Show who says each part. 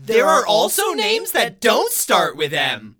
Speaker 1: There are also names that don't start with M.